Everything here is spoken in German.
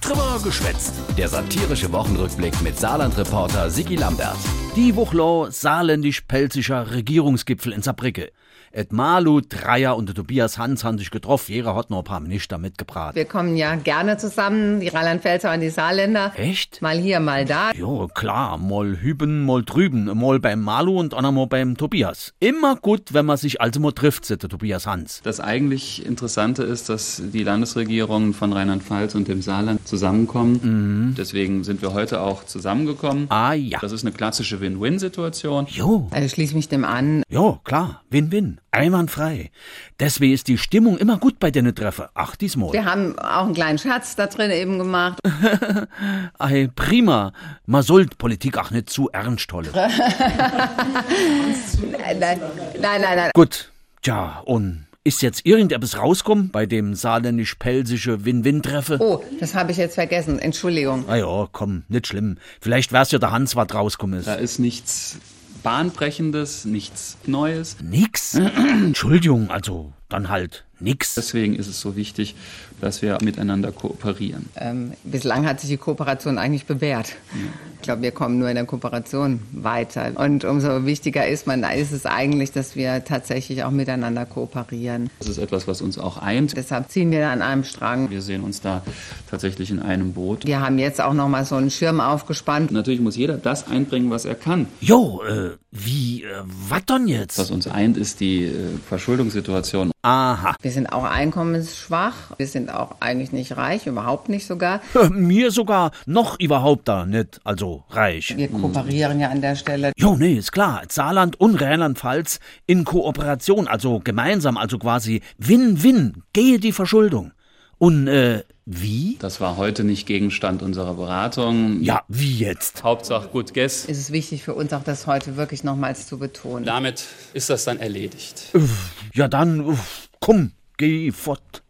Trimmer geschwätzt. Der satirische Wochenrückblick mit Saarland-Reporter Sigi Lambert. Die Wuchlau saarländisch-pelzischer Regierungsgipfel in Saarbrücke. Et Malu, Dreier und der Tobias Hans haben sich getroffen. Jeder hat noch ein paar Minister mitgebracht. Wir kommen ja gerne zusammen, die Rheinland-Pfälzer und die Saarländer. Echt? Mal hier, mal da. Jo, klar. Mal hüben, mal drüben. Mal beim Malu und einmal beim Tobias. Immer gut, wenn man sich also mal trifft, sagt der Tobias Hans. Das eigentlich Interessante ist, dass die Landesregierungen von Rheinland-Pfalz und dem Saarland zusammenkommen. Deswegen sind wir heute auch zusammengekommen. Ah ja. Das ist eine klassische Win-Win-Situation. Jo. Also schließe mich dem an. Jo, klar. Win-win. Einwandfrei. Deswegen ist die Stimmung immer gut bei den Treffer. Ach, diesmal. Wir haben auch einen kleinen Schatz da drin eben gemacht. Ei, prima. Man sollt Politik auch nicht zu ernst holen. Nein, nein, nein, nein. nein. Gut. Tja, und ist jetzt irgendetwas rauskommen bei dem saarländisch-pelsische Win-Win-Treffe? Oh, das habe ich jetzt vergessen. Entschuldigung. Ah ja, komm, nicht schlimm. Vielleicht wär's ja der Hans, was rauskommen ist. Da ist nichts Bahnbrechendes, nichts Neues. Nix? Entschuldigung, also dann halt nix. Deswegen ist es so wichtig, dass wir miteinander kooperieren. Ähm, bislang hat sich die Kooperation eigentlich bewährt. Ich glaube, wir kommen nur in der Kooperation weiter. Und umso wichtiger ist man, da ist es eigentlich, dass wir tatsächlich auch miteinander kooperieren. Das ist etwas, was uns auch eint. Deshalb ziehen wir an einem Strang. Wir sehen uns da tatsächlich in einem Boot. Wir haben jetzt auch noch mal so einen Schirm aufgespannt. Natürlich muss jeder das einbringen, was er kann. Jo, äh, wie, äh, was denn Was jetzt? uns eint, ist die äh, Verschuldungssituation. Aha, Wir sind auch einkommensschwach. Wir sind auch eigentlich nicht reich, überhaupt nicht sogar. mir sogar noch überhaupt da nicht, also reich. Wir kooperieren ja an der Stelle. Jo, nee, ist klar. Saarland und Rheinland-Pfalz in Kooperation, also gemeinsam, also quasi Win-Win, gehe die Verschuldung. Und, äh, wie? Das war heute nicht Gegenstand unserer Beratung. Ja, wie jetzt? Hauptsache gut guess. Es ist wichtig für uns auch, das heute wirklich nochmals zu betonen. Damit ist das dann erledigt. Ja, dann, uff, komm, geh fort.